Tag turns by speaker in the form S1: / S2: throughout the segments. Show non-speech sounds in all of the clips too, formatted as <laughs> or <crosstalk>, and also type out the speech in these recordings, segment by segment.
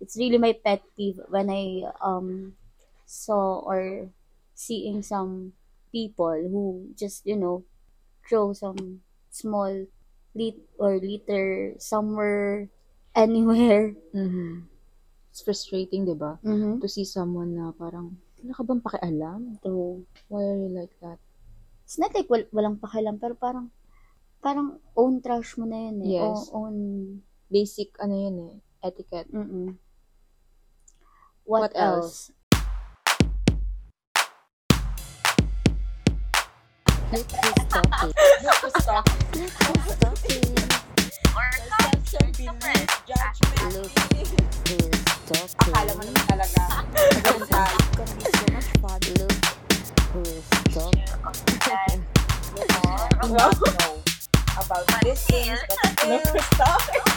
S1: it's really my pet peeve when I um saw or seeing some people who just you know throw some small lit or litter somewhere <laughs> anywhere.
S2: Mhm. It's frustrating, di ba?
S1: Mm-hmm.
S2: To see someone na parang, wala ka bang pakialam? Why are you like that?
S1: It's not like wal- walang pakialam pero parang parang own trash mo na yun eh.
S2: Yes.
S1: O- own
S2: Basic, ano yun eh, etiquette.
S1: Mm-mm. What,
S2: What
S1: else?
S2: Who's talking?
S3: Who's talking? Who's talking? Perception, belief, judgment. Akala mo naman talaga. <laughs> Ganun tayo. We all know about these things, but still we're <laughs> talking.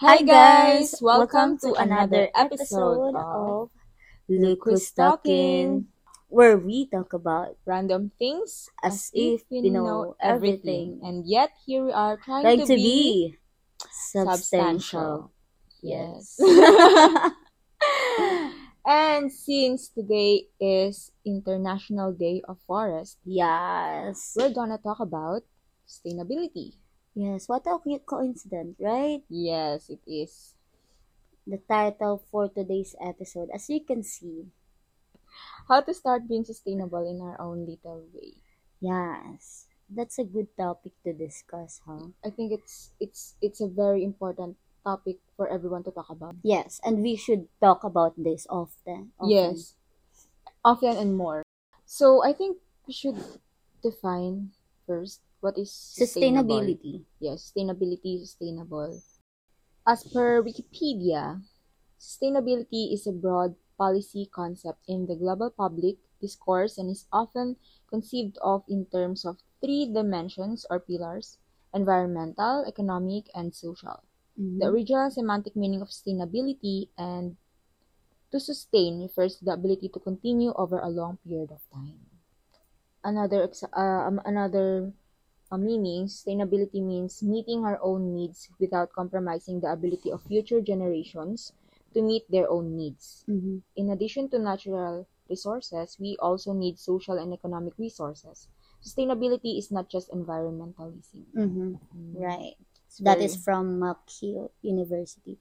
S2: Hi guys! Welcome to another episode of
S1: Look
S2: Who's Talking!
S1: where we talk about
S2: Random things
S1: as if we know everything.
S2: And yet, here we are trying
S1: Like
S2: to
S1: to be
S2: be
S1: substantial. Yes.
S2: <laughs> and since today is International Day of Forest,
S1: Yes.
S2: we're gonna talk about sustainability.
S1: Yes. What a cute coincidence, right?
S2: Yes, it is.
S1: The title for today's episode, as you can see.
S2: How to start being sustainable in our own little way.
S1: Yes. That's a good topic to discuss, huh?
S2: I think it's it's it's a very important topic for everyone to talk about.
S1: Yes, and we should talk about this often. often.
S2: Yes. Often and more. So I think we should define first what is sustainable.
S1: Sustainability.
S2: Yes, sustainability, sustainable. As per Wikipedia, sustainability is a broad policy concept in the global public discourse and is often conceived of in terms of three dimensions or pillars environmental, economic, and social. The
S1: Mhm.
S2: original semantic meaning of sustainability and to sustain refers to the ability to continue over a long period of time. Another ex- uh, um, another uh, meaning, sustainability means meeting our own needs without compromising the ability of future generations to meet their own needs.
S1: Mhm.
S2: In addition to natural resources, we also need social and economic resources. Sustainability is not just environmentalism.
S1: Mhm.
S2: Mm.
S1: Right.
S2: It's
S1: That
S2: very-
S1: is from McGill University.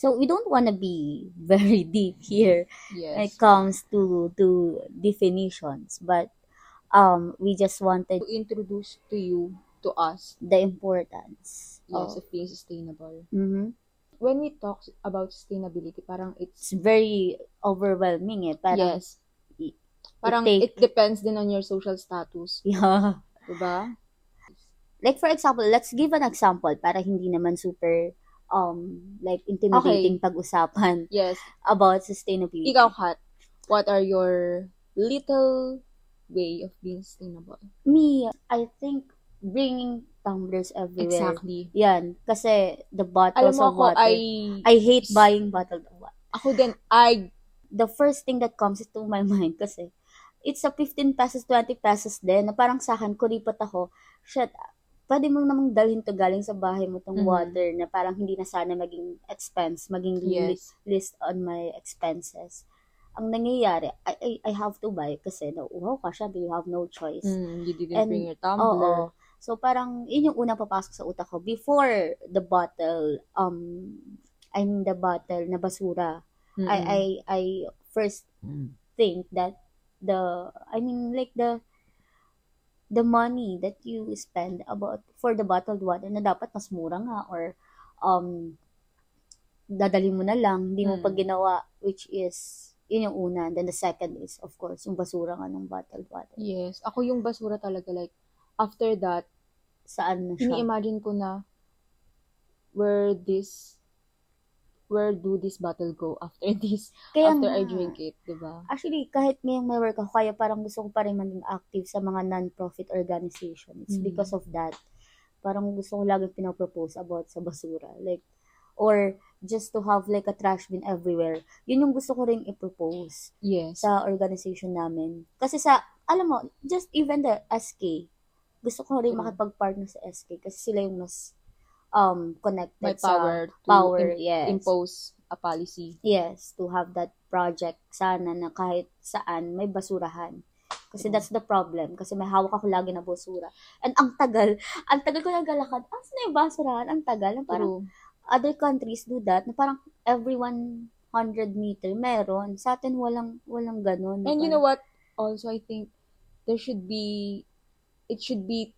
S1: So we don't want to be <laughs> very deep here when it
S2: yes.
S1: comes to to definitions, but um, we just wanted
S2: to introduce to you, to us,
S1: the importance.
S2: yes,
S1: Of,
S2: of being sustainable.
S1: Mhm.
S2: When we talk about sustainability, parang
S1: It's
S2: it's,
S1: very overwhelming, eh? Parang,
S2: yes,
S1: i-
S2: parang
S1: take-
S2: it depends din on your social
S1: <laughs>
S2: status,
S1: yeah.
S2: diba?
S1: Like for example, let's give an example para hindi naman super um like intimidating pag-usapan <laughs>
S2: Yes.
S1: about sustainability.
S2: Ikaw, Kat, what are your little way of being sustainable?
S1: Me, I think bringing tumblers everywhere.
S2: Exactly.
S1: Yan, kasi the
S2: Alam
S1: bottles
S2: mo
S1: of
S2: ako,
S1: water.
S2: I,
S1: I hate buying bottled water.
S2: ako din, I,
S1: The first thing that comes to my <laughs> mind kasi it's a 15 pesos, 20 pesos din na parang sa akin, kuripot ako. Shit, pwede mo namang dalhin to galing sa bahay mo tong
S2: Mhm.
S1: water na parang hindi na sana maging expense, maging li-
S2: yes,
S1: list on my expenses. Ang nangyayari, I, I, I have to buy kasi nauuhaw ka siya, but you have no choice.
S2: mm, you didn't
S1: And-
S2: bring your
S1: Oo.
S2: tumbler.
S1: So parang yun yung unang papasok sa utak ko before the bottle um I mean the bottle na basura.
S2: Mm-mm. Mm.
S1: I I I first think that the I mean like the the money that you spend about for the bottled water na dapat mas mura nga or um dadali mo na lang, hindi mo
S2: Mm.
S1: pa ginawa which is yun yung una. And then the second is of course yung basura nga ng bottled water.
S2: Yes, ako yung basura talaga, like, after that,
S1: Saan na siya?
S2: ini-imagine ko na where this where do this bottle go after <laughs> this
S1: Kaya
S2: after I
S1: nga.
S2: drink it, 'di ba?
S1: Actually, kahit ngayong may work ako, kaya parang gusto ko pa rin maging active sa mga non-profit organization. It's
S2: Mm.
S1: because of that. Parang gusto ko laging pinapropose about sa basura. Like, or just to have like a trash bin everywhere. Yun yung gusto ko rin i-propose
S2: Yes.
S1: sa organization namin. Kasi sa, alam mo, just even the SK, gusto ko rin
S2: Mm.
S1: makipag-partner sa SK kasi sila yung mas um connected
S2: By power
S1: sa
S2: to
S1: power
S2: im-
S1: yes
S2: impose a policy.
S1: yes to have that project sana na kahit saan may basurahan kasi that's the problem kasi may hawak ako lagi na basura and ang tagal <laughs> ang tagal ko naglalakad ah saan na yung basurahan ang tagal na parang
S2: True.
S1: other countries do that na parang every 100 meter meron sa atin walang walang ganun
S2: and you know what? Also, I think there should be, it should be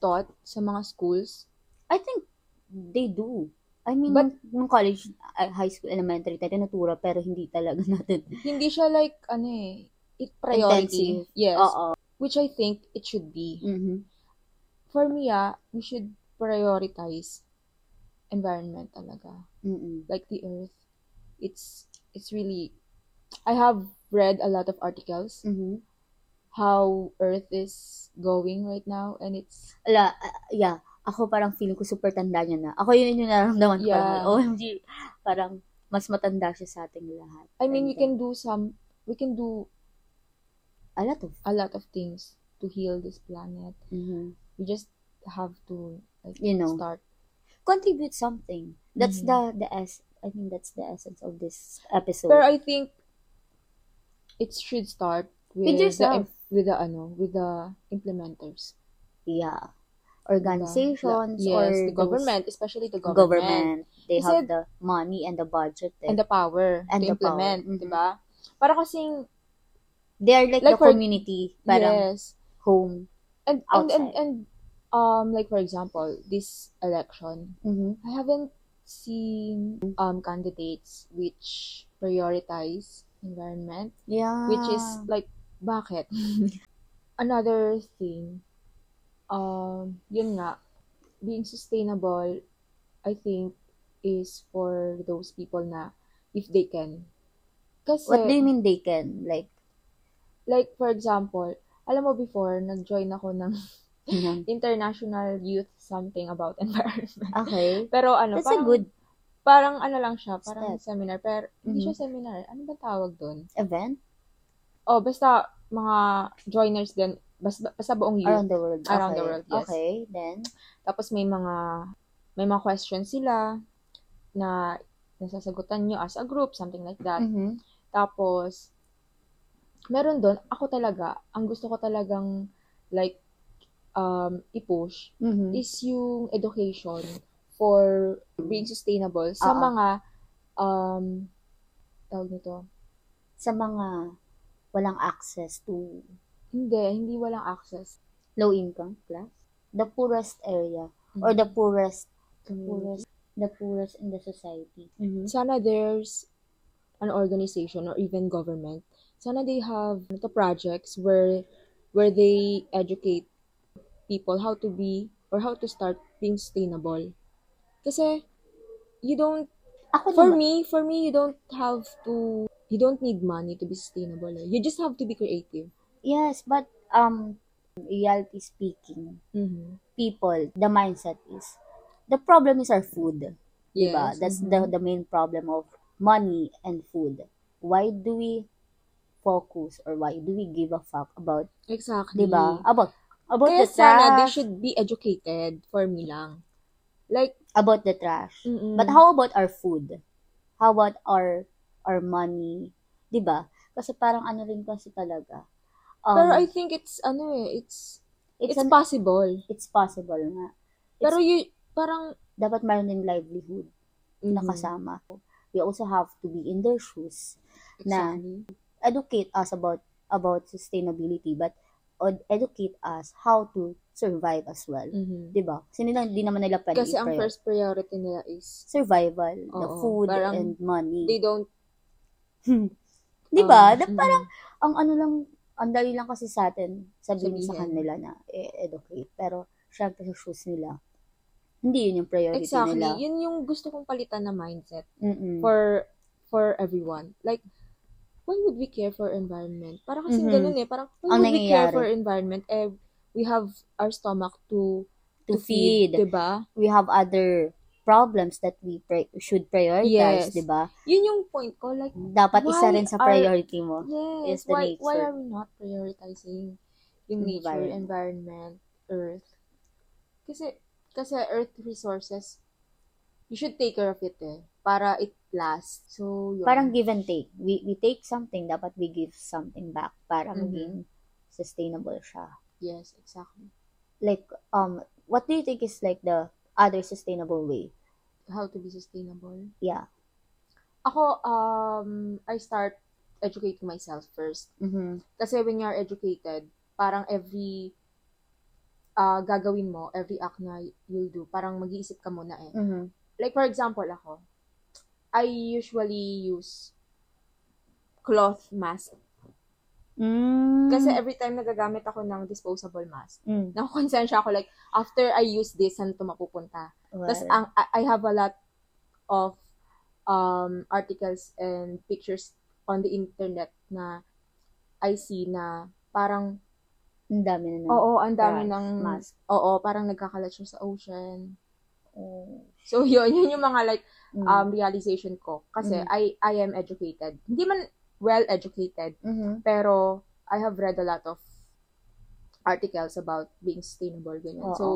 S2: taught sa mga schools.
S1: I think they do. I mean,
S2: But-
S1: nung college, uh, high school, elementary, tayo tinuturo, pero hindi talaga <laughs> natin.
S2: Hindi siya like, ano eh, it priority.
S1: Intensive.
S2: Yes.
S1: Oo.
S2: Which I think it should be.
S1: Mhm.
S2: For me, ah, we should prioritize environment talaga.
S1: Mm-mm.
S2: Like the earth. It's, it's really, I have read a lot of articles
S1: Mhm.
S2: how earth is going right now and it's
S1: Ala, ah, yeah. Ako parang feeling ko super tanda niya na. Ako yun yung nararamdaman ko.
S2: Yeah.
S1: Parang, OMG. Parang mas matanda siya sa ating lahat.
S2: I mean we
S1: And,
S2: can do some we can do
S1: uh, A lot of...
S2: a lot of things to heal this planet.
S1: mhm.
S2: We just have to like
S1: You know.
S2: start.
S1: Contribute something. That's
S2: Mhm.
S1: the, the es- I mean, that's the essence of this episode.
S2: But I think it should start with, the
S1: yourself.
S2: im- with the ano, with the implementers.
S1: yeah.
S2: diba?
S1: Organizations
S2: La-
S1: or...
S2: yes, the
S1: those-
S2: government, especially the government,
S1: government. They
S2: Kasi-
S1: have the money and the budget. eh.
S2: and the power
S1: And
S2: to
S1: the power.
S2: implement,
S1: Mhm.
S2: diba? Para kasing
S1: They are like,
S2: Like
S1: the
S2: for-
S1: community, parang
S2: yes.
S1: home.
S2: And and, and
S1: outside.
S2: and um like for example, this election,
S1: Mm-hmm.
S2: I haven't seen um candidates which prioritize environment,
S1: Yeah.
S2: which is
S1: Ah.
S2: like bakit? <laughs> Another thing, um, yun nga, being sustainable, I think is for those people na if they can. Kasi
S1: What do you mean they can? Like,
S2: <laughs> like for example, alam mo before nag-join ako ng <laughs>
S1: yun.
S2: international youth something about environment.
S1: okay.
S2: <laughs> Pero ano,
S1: That's a
S2: parang
S1: good
S2: parang ano lang siya, parang
S1: Step.
S2: seminar, pero hindi siya seminar. Ano ba tawag doon?
S1: event
S2: Oh, basta mga joiners din, basta, basta buong youth.
S1: around the world.
S2: Around
S1: okay.
S2: the world, yes.
S1: Okay, then.
S2: Tapos may mga may mga questions sila na nasasagutan nyo as a group, something like that.
S1: Mm-hmm.
S2: Tapos meron doon, ako talaga, ang gusto ko talagang like um i-push
S1: Mm-hmm.
S2: is yung education for being sustainable sa
S1: Oo.
S2: mga um tawag nito,
S1: Sa mga walang access to
S2: Hindi, hindi walang access.
S1: low income class, the poorest area or
S2: Mm-hmm.
S1: the poorest poorest the poorest in the society.
S2: Sana there's an organization or even government. Sana they have the projects where where they educate people how to be or how to start being sustainable. Kasi you don't
S1: Ako
S2: for
S1: naman,
S2: me, for me you don't have to you don't need money to be sustainable. eh. You just have to be creative.
S1: yes, but um reality speaking,
S2: Mm-hmm.
S1: people, the mindset is the problem is our food.
S2: Yes.
S1: diba? That's
S2: mhm.
S1: the the main problem of money and food. Why do we focus or why do we give a fuck about,
S2: mm-hmm. exactly.
S1: diba? About about
S2: Mm. Kaya
S1: the trash,
S2: sana they should be educated for me lang. Like,
S1: about the trash.
S2: mm-mm.
S1: But how about our food? How about our our money? 'Di ba? Kasi parang ano rin kasi talaga. Um,
S2: Pero I think it's, ano eh, it's,
S1: it's
S2: it's,
S1: an-
S2: possible.
S1: it's possible nga.
S2: Pero you, parang, mm-hmm.
S1: Dapat mayroon din livelihood na kasama. We also have to be in their shoes. na- educate us about about sustainability but od- educate us how to survive as well.
S2: Mhm.
S1: 'Di ba? Kasi nila hindi naman nila pwede
S2: Kasi ang
S1: i-prior-
S2: first priority nila is,
S1: survival, the
S2: Oo,
S1: food
S2: parang
S1: and money.
S2: they don't,
S1: 'Di ba?
S2: um,
S1: Da-
S2: mhm.
S1: Diba? parang ang ano lang ang dali lang kasi sa atin sabihin, sa
S2: Sabihin.
S1: kanila na eh, educate pero syempre sa shoes nila. Hindi yun yung priority
S2: mm-hmm. exactly.
S1: nila.
S2: Yun yung gusto kong palitan na mindset
S1: Mm-mm.
S2: for, for everyone. Like, why would we care for environment? Parang kasi
S1: Mhm.
S2: ganun eh. Parang, why
S1: Ang
S2: would we care
S1: nangyayari.
S2: for environment? Eh, we have our stomach to,
S1: to feed.
S2: Diba?
S1: We have other problems that we pri- should prioritize,
S2: Yes.
S1: 'di ba?
S2: Yun yung point ko. Like,
S1: Dapat isa
S2: Why
S1: rin sa
S2: are-
S1: priority mo. is
S2: Yes,
S1: the
S2: why, why
S1: nature.
S2: are we not prioritizing yung nature,
S1: Environment.
S2: environment, earth? Kasi Kasi earth resources, you should take care of it eh. Para it lasts. So, yun.
S1: Parang give and take. We, we take something, dapat we give something back para
S2: Mhm.
S1: maging sustainable siya.
S2: Yes, exactly.
S1: Like, um, what do you think is like the other sustainable way?
S2: How to be sustainable.
S1: Yeah.
S2: Ako, um, I start educating myself first.
S1: Mm-hmm.
S2: Kasi when you're educated, parang every ah gagawin mo, every act na you'll do, parang mag-iisip ka muna eh.
S1: Mm-hmm.
S2: Like for example, ako, I usually use cloth mask.
S1: Mm.
S2: Kasi every time nagagamit ako ng disposable mask,
S1: mm.
S2: nakakonsensya ako like, after I use this, saan ito mapupunta?
S1: Well,
S2: Tapos ang, I- I have a lot of um, articles and pictures on the internet na I see na parang
S1: ang dami na ng
S2: Oo, ang dami
S1: grass,
S2: ng...
S1: mask.
S2: Oo, parang nagkakalat siya sa ocean. Mm.
S1: Oh.
S2: So, <laughs> yun. Yun yung mga, like,
S1: Mm.
S2: um, realization ko. Kasi,
S1: Mhm.
S2: I, I am educated. Hindi man well-educated,
S1: Mhm.
S2: pero I have read a lot of articles about being sustainable, ganyan.
S1: Oo.
S2: So,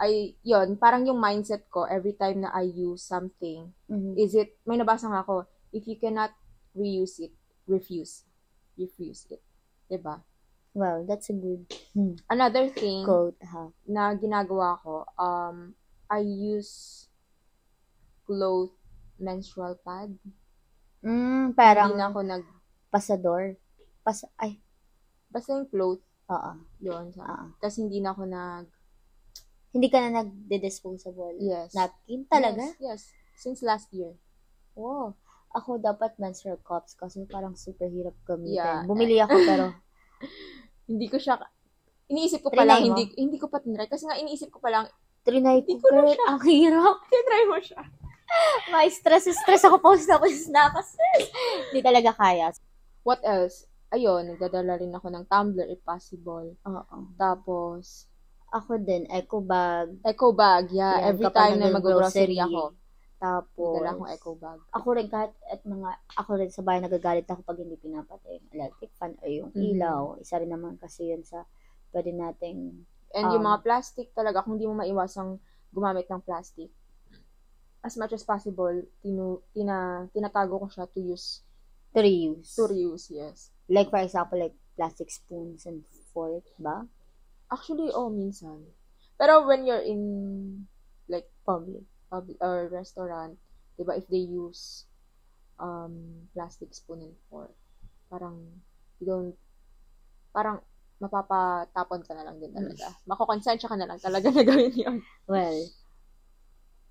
S2: I, yun, parang yung mindset ko, every time na I use something,
S1: Mhm.
S2: is it, may nabasa nga ako, if you cannot reuse it, refuse. Refuse it. Diba?
S1: Well, that's a good
S2: Another thing,
S1: quote, ha?
S2: na ginagawa ko, um, I use cloth menstrual pad.
S1: Mm,
S2: Hindi na
S1: parang
S2: ako nag...
S1: pasador. Pas ay,
S2: Basta yung cloth,
S1: oo.
S2: yun. Sa,
S1: oo.
S2: Tapos hindi na ako nag...
S1: Hindi ka na nagde-disposable.
S2: Yes.
S1: Napkin talaga?
S2: Yes, yes. Since last year.
S1: Wow. Ako dapat menstrual cups kasi parang super hirap gamitin.
S2: Yeah.
S1: Bumili ako
S2: <laughs>
S1: pero
S2: Hindi ko siya... Iniisip ko pa
S1: Trinay
S2: lang,
S1: mo?
S2: hindi, hindi ko pa tinry. Kasi nga, iniisip ko pa lang,
S1: trinay ko,
S2: Hindi ko na
S1: girl. Ang hirap.
S2: tinry mo siya.
S1: May stress, stress ako <laughs> post na post na ako. Stress. Hindi talaga kaya.
S2: What else? Ayun, nagdadala rin ako ng tumbler if possible.
S1: Oo.
S2: Tapos,
S1: Ako din, eco bag.
S2: eco bag. Yeah,
S1: Yan,
S2: every
S1: kapag
S2: time na
S1: nag-grocery,
S2: mag-grocery ako,
S1: Tapos,
S2: nagdala akong eco bag.
S1: Ako rin kahit at mga, ako rin sa bahay nagagalit ako pag hindi pinapatay yung electric fan o yung
S2: Mhm.
S1: ilaw. Isa rin naman kasi yun sa pwede nating,
S2: And yung
S1: Um,
S2: mga plastic talaga, kung hindi mo maiwasang gumamit ng plastic, as much as possible, tinu, tina, tinatago ko siya to use,
S1: to reuse.
S2: to reuse, yes.
S1: Like for example, like plastic spoons and fork ba?
S2: Actually, oh, minsan. Pero when you're in, like, public, public or restaurant, di ba, if they use um, plastic spoon and fork, parang, you don't, parang, mapapatapon ka na lang din talaga. Makokonsensya ka na lang talaga <laughs> na gawin yun.
S1: Well,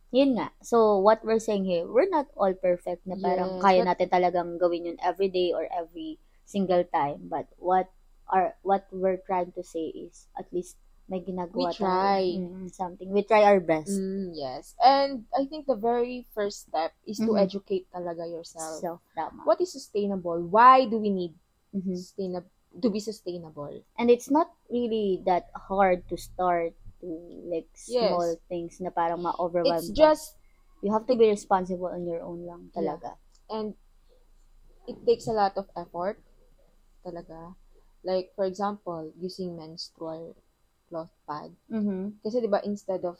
S1: yun nga. So, what we're saying here, we're not all perfect na parang
S2: Yes,
S1: kaya
S2: but-
S1: natin talagang gawin yun every day or every single time. But what are what we're trying to say is at least may ginagawa
S2: We try.
S1: Mm, something. We try our best.
S2: Mm, yes. And I think the very first step is to
S1: Mhm.
S2: educate talaga yourself.
S1: So, tama.
S2: Mm-hmm. What is sustainable? Why do we need
S1: Mhm.
S2: sustainable to be sustainable?
S1: And it's not really that hard to start to like
S2: Yes.
S1: small things na parang ma-overwhelm
S2: It's
S1: ka.
S2: just
S1: you have to be responsible on your own lang talaga.
S2: and it takes a lot of effort talaga. Like for example, using menstrual cloth pad.
S1: Mhm.
S2: Kasi 'di ba instead of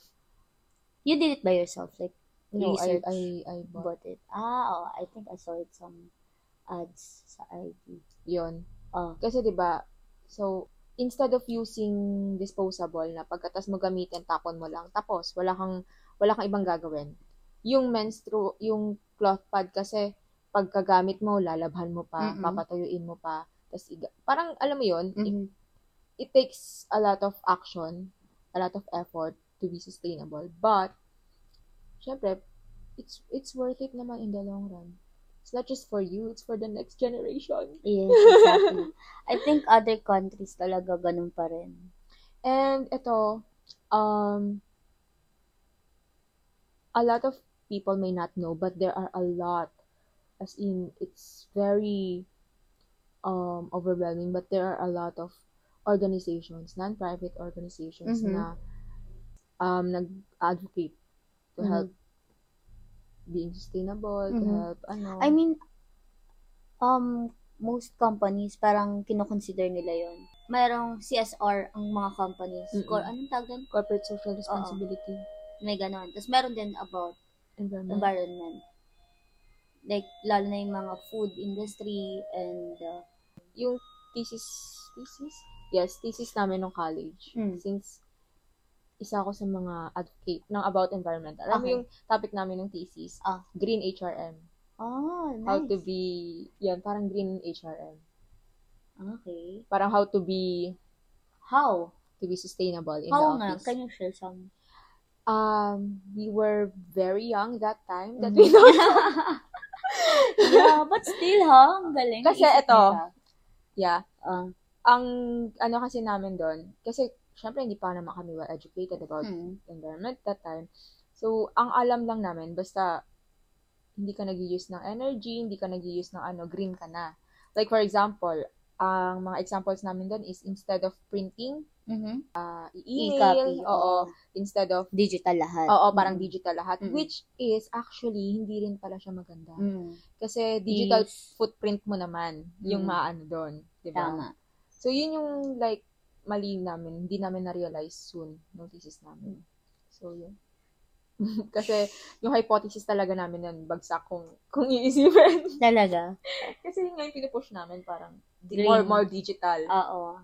S1: You did it by yourself like
S2: no, I
S1: research.
S2: I I bought
S1: bought it. Ah, oh, I think I saw it some ads sa
S2: <laughs>
S1: IG.
S2: 'yon.
S1: Oh,
S2: Kasi 'di ba so instead of using disposable na pagkatas mo gamitin tapon mo lang tapos wala kang wala kang ibang gagawin. Yung menstru yung cloth pad kasi pagkagamit mo lalabhan mo pa,
S1: Mm-mm.
S2: papatuyuin mo pa, tas iga- parang alam mo 'yon, it,
S1: mhm.
S2: it takes a lot of action, a lot of effort to be sustainable. But syempre it's it's worth it naman in the long run. It's not just for you, it's for the next generation.
S1: yes, exactly. I think other countries talaga ganun pa rin.
S2: And ito, um, a lot of people may not know, but there are a lot, as in, it's very um, overwhelming, but there are a lot of organizations, non-private organizations
S1: Mhm.
S2: na um, nag-advocate to
S1: Mhm.
S2: help being sustainable, to
S1: Mhm.
S2: help, ano.
S1: I mean, um, most companies parang kinoconsider nila yon. Merong CSR ang mga companies.
S2: Mm-mm.
S1: Cor- anong tawag doon?
S2: corporate social responsibility.
S1: May ganon. Tapos meron din about
S2: Environment.
S1: environment. Like, lalo na yung mga food industry and uh,
S2: Yung thesis, thesis? Yes, thesis namin nung college.
S1: Mm.
S2: Since isa ako sa mga advocate ng about environment. Alam mo
S1: Okay.
S2: yung topic namin ng thesis?
S1: Ah.
S2: Green HRM.
S1: oh, nice.
S2: How to be, yan, parang green HRM.
S1: Okay.
S2: Parang how to be,
S1: How?
S2: to be sustainable in
S1: How
S2: the
S1: nga?
S2: office.
S1: Can you share some?
S2: um, we were very young that time that
S1: Mhm.
S2: we know. <laughs>
S1: <laughs> yeah, but still, ha? Ang galing.
S2: Kasi
S1: Naisip
S2: eto.
S1: nila.
S2: yeah.
S1: Ah.
S2: Ang ano kasi namin doon, kasi syempre hindi pa naman kami well educated about
S1: hmm.
S2: environment that time. So, ang alam lang namin, basta hindi ka nag-use ng energy, hindi ka nag-use ng ano, green ka na. Like for example, ang mga examples namin doon is instead of printing,
S1: Mhm.
S2: uh,
S1: E-copy,
S2: email, oo,
S1: oo.
S2: instead of
S1: Digital lahat.
S2: oo, parang
S1: Mm.
S2: digital lahat,
S1: Mm.
S2: which is actually hindi rin pala siya maganda.
S1: Mm.
S2: Kasi digital
S1: Yes.
S2: footprint mo naman yung
S1: Mm.
S2: maano doon, 'di ba?
S1: Tama.
S2: So yun yung like mali namin, hindi namin na-realize soon nung thesis namin. So yun. <laughs> Kasi yung hypothesis talaga namin nun, bagsak kung, kung iisipin. <laughs>
S1: Talaga?
S2: Kasi yun nga yung pinupush namin, parang di-
S1: Green.
S2: more, more digital.
S1: Oo.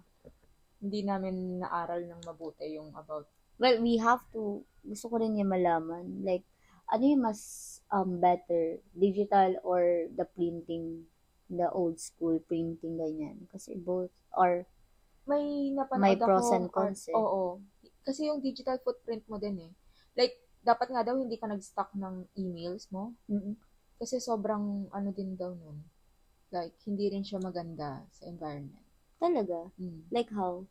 S2: hindi namin naaral ng mabuti yung about
S1: Well, we have to, gusto ko rin yung malaman, like, ano yung mas um, better, digital or the printing, the old school printing, ganyan. Kasi both are,
S2: may napanood
S1: May
S2: ako.
S1: pros and
S2: or-
S1: cons eh.
S2: Oo. Kasi yung digital footprint mo din eh. Like, dapat nga daw hindi ka nag-stock ng emails mo. Kasi sobrang ano din daw nun. Like, hindi rin siya maganda sa environment.
S1: talaga.
S2: Mm.
S1: Like how?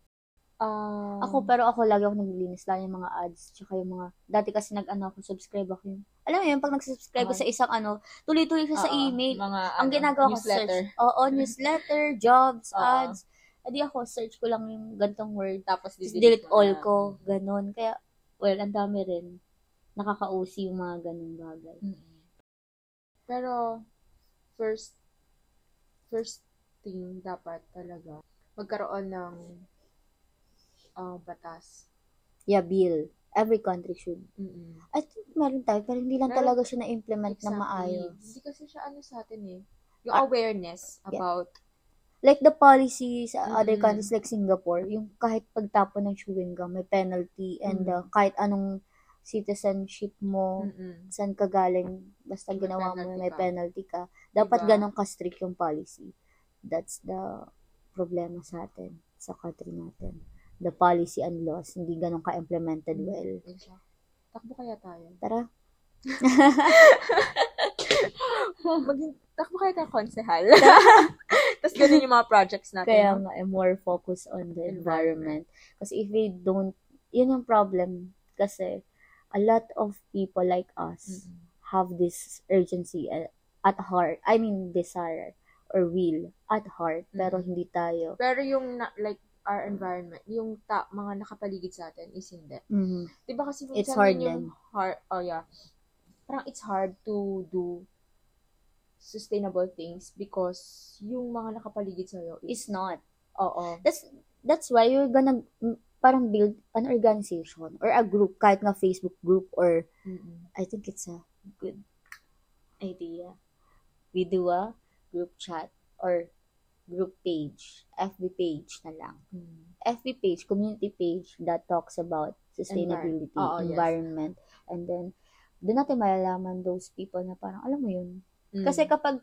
S2: Um,
S1: Ako, pero ako lagi ako naglilinis lang yung mga ads, tsaka yung mga, dati kasi nag-ano ako, subscribe ako yun. Alam mo yun, pag nagsubscribe ka sa
S2: Okay.
S1: isang ano, tuloy-tuloy siya sa
S2: oo,
S1: email.
S2: ah, Mga,
S1: Ang
S2: ano,
S1: ginagawa ko
S2: newsletter.
S1: search. Oo,
S2: <laughs>
S1: newsletter, jobs,
S2: Oo.
S1: ads. Adi ako, search ko lang yung gantong word.
S2: Tapos,
S1: Just
S2: didelete
S1: delete
S2: mo
S1: all
S2: na.
S1: ko. Ganon. Kaya, well, ang dami rin. Nakaka-OC yung mga ganong bagay.
S2: Mm. Pero, first, first thing dapat talaga, magkaroon ng ah, batas.
S1: Yeah, bill. Every country should.
S2: Mm-mm.
S1: I think meron tayo, pero hindi lang
S2: Meron.
S1: talaga siya na-implement na maayos.
S2: Hindi kasi siya ano sa atin eh. Yung
S1: Ah.
S2: awareness about,
S1: Like the policy sa other
S2: Mm-mm.
S1: countries like Singapore, yung kahit pagtapon ng chewing gum, may penalty. And
S2: Mm.
S1: uh, kahit anong citizenship mo,
S2: mm
S1: saan ka galing, basta
S2: May
S1: ginawa mo,
S2: penalty
S1: may
S2: ka.
S1: penalty ka. Dapat
S2: Diba?
S1: ganong ka-strict yung policy. That's the problema sa atin, sa country natin. The policy and laws, hindi ganong ka-implemented
S2: Mm.
S1: well.
S2: Takbo kaya tayo.
S1: Tara,
S2: <laughs> Maging, takbo kaya tayo
S1: <laughs>
S2: konsehal. Tapos ganun yung mga projects natin.
S1: kaya nga, eh, more focus on the environment.
S2: Environment.
S1: Kasi if we don't, yun yung problem. Kasi, a lot of people like us
S2: Mm-mm.
S1: have this urgency eh, at heart. I mean, desire or will at heart. Pero
S2: Mm.
S1: hindi tayo.
S2: Pero yung, na, like, our environment, yung ta- mga nakapaligid sa atin is hindi.
S1: Mhm.
S2: Di ba kasi
S1: It's
S2: minsan
S1: hard
S2: yun yung hard, oh yeah. Parang it's hard to do sustainable things because yung mga nakapaligid sa'yo is,
S1: It's not.
S2: oo.
S1: That's that's why you're gonna mm, parang build an organization or a group, kahit nga Facebook group or
S2: Mm-mm.
S1: I think it's a good idea. We do a group chat or group page, FB page na lang.
S2: Mm.
S1: FB page, community page that talks about sustainability,
S2: Envir- oo, yes.
S1: environment, and then doon natin malalaman those people na parang, alam mo yun.
S2: Mm.
S1: Kasi kapag,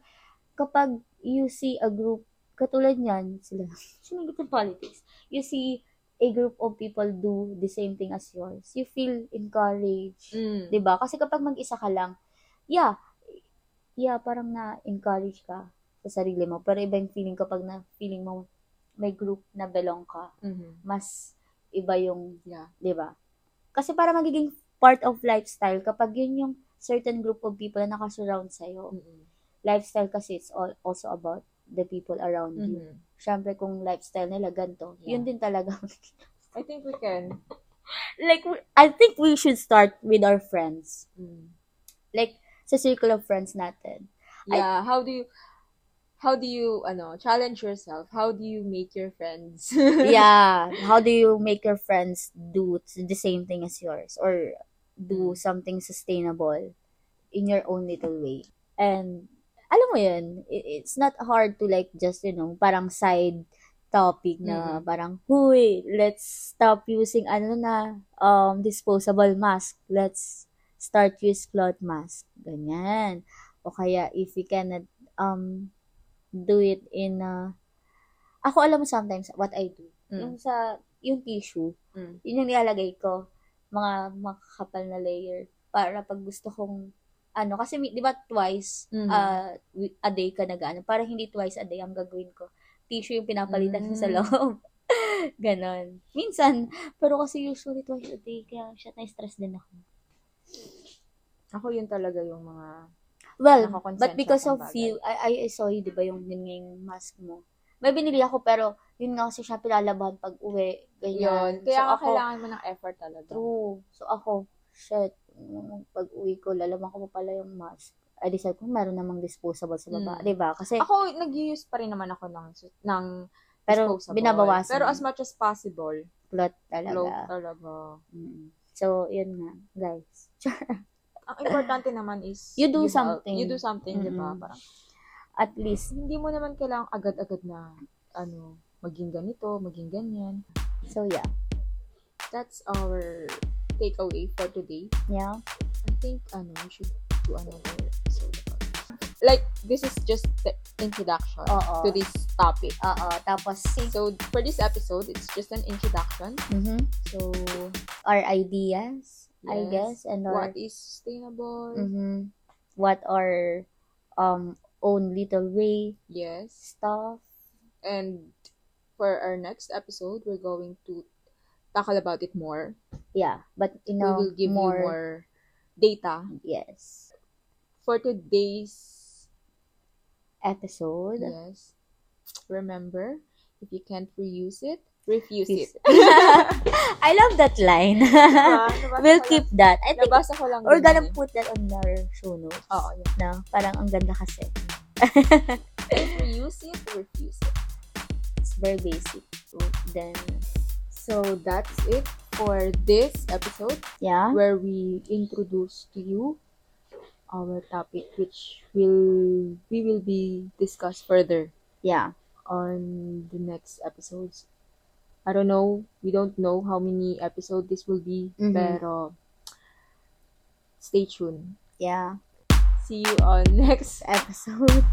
S1: kapag you see a group, katulad niyan, sila, <laughs> sinagot ng politics, you see a group of people do the same thing as yours, you feel encouraged,
S2: Mm.
S1: 'di ba? Kasi kapag mag-isa ka lang, yeah, yeah, parang na-encourage ka sa sarili mo. Pero iba yung feeling kapag na feeling mo may group na belong ka,
S2: Mhm.
S1: mas iba yung,
S2: Yeah.
S1: 'di ba? Kasi para magiging part of lifestyle kapag yun yung certain group of people na nakasurround sa'yo.
S2: Mm-mm.
S1: Lifestyle kasi it's all, also about the people around you.
S2: Mhm.
S1: Siyempre, kung lifestyle nila ganito,
S2: Yeah.
S1: yun din talaga. <laughs>
S2: I think we can.
S1: like, we- I think we should start with our friends.
S2: Mm.
S1: Like, sa circle of friends natin.
S2: Yeah, how do you how do you ano, challenge yourself? How do you make your friends? <laughs>
S1: <laughs> yeah. How do you make your friends do the same thing as yours? Or do something sustainable in your own little way. And alam mo yun, i- it's not hard to like just, you know, parang side topic na parang, huy, let's stop using ano na, um, disposable mask. Let's start use cloth mask. Ganyan. O kaya if you cannot um, do it in a... Ako alam mo sometimes what I do.
S2: Mm.
S1: Yung sa, yung tissue,
S2: Mm.
S1: yun yung nilalagay ko, mga makakapal na layer, para pag gusto kong, ano, kasi may- di ba twice
S2: Mhm.
S1: ah, wi- a day ka nag-ano, para hindi twice a day ang gagawin ko. Tissue yung pinapalitan ko sa
S2: Mm.
S1: loob. <laughs> Ganon. Minsan, pero kasi usually twice a day, kaya shit, na-stress din ako.
S2: Ako yun talaga yung mga...
S1: Well,
S2: Nakakonsensya
S1: but because
S2: kang
S1: of
S2: bagay.
S1: you, I, I, I saw you, di ba, yung yun nga yung mask mo. May binili ako, pero yun nga kasi siya pinalabahan pag uwi.
S2: Yun.
S1: Ganyan.
S2: Kaya
S1: So, ako,
S2: kailangan mo ng effort talaga.
S1: True. So ako, shit, mm, pag uwi ko, lalaman ko pa pala yung mask. I decide kung meron namang disposable sa baba.
S2: Mm.
S1: Di ba? Kasi,
S2: Ako, nag-use pa rin naman ako ng, ng
S1: Pero
S2: disposable.
S1: binabawasan.
S2: Pero as much as possible,
S1: cloth
S2: low
S1: talaga.
S2: talaga.
S1: Mm. So, yun nga, guys. <laughs>
S2: Ang importante naman is
S1: You do
S2: help.
S1: something.
S2: You do something, di ba?
S1: Mm-mm.
S2: Parang,
S1: At least.
S2: hindi mo naman kailangang agad-agad na ano, maging ganito, maging ganyan.
S1: So, yeah.
S2: That's our takeaway for today.
S1: Yeah.
S2: I think ano, we should do another episode about this. Like, this is just the introduction
S1: Oo.
S2: to this topic.
S1: Oo. Tapos, si-
S2: So, for this episode, it's just an introduction.
S1: Mhm.
S2: So,
S1: our ideas, I
S2: Yes.
S1: guess. And our,
S2: what is sustainable?
S1: Mhm. what our um, own little way
S2: Yes.
S1: stuff.
S2: And for our next episode, we're going to tackle about it more.
S1: Yeah. But, you know,
S2: we will give
S1: more,
S2: you more data
S1: Yes.
S2: for today's
S1: Episode.
S2: yes. Remember, if you can't reuse it, refuse it. <laughs>
S1: <laughs> I love that line. <laughs>
S2: Ah, nabasa
S1: we'll
S2: ko
S1: keep that. I
S2: lang-
S1: think
S2: Nabasa ko lang.
S1: we're
S2: din
S1: gonna
S2: yun.
S1: put that on our show notes.
S2: Oo, yeah.
S1: Na, parang ang ganda kasi. <laughs>
S2: If you use it, refuse it.
S1: It's very basic. Then,
S2: So that's it for this episode
S1: yeah.
S2: where we introduce to you our topic which will we will be discussed further
S1: Yeah.
S2: on the next episodes. I don't know, we don't know how many episode this will be,
S1: Mhm.
S2: pero stay tuned.
S1: Yeah.
S2: See you on <laughs> next
S1: Episode.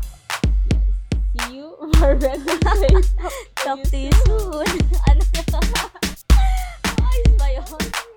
S2: See you for <laughs> Wednesday.
S1: <laughs> Talk to you soon. ano na? Ayos ba yun?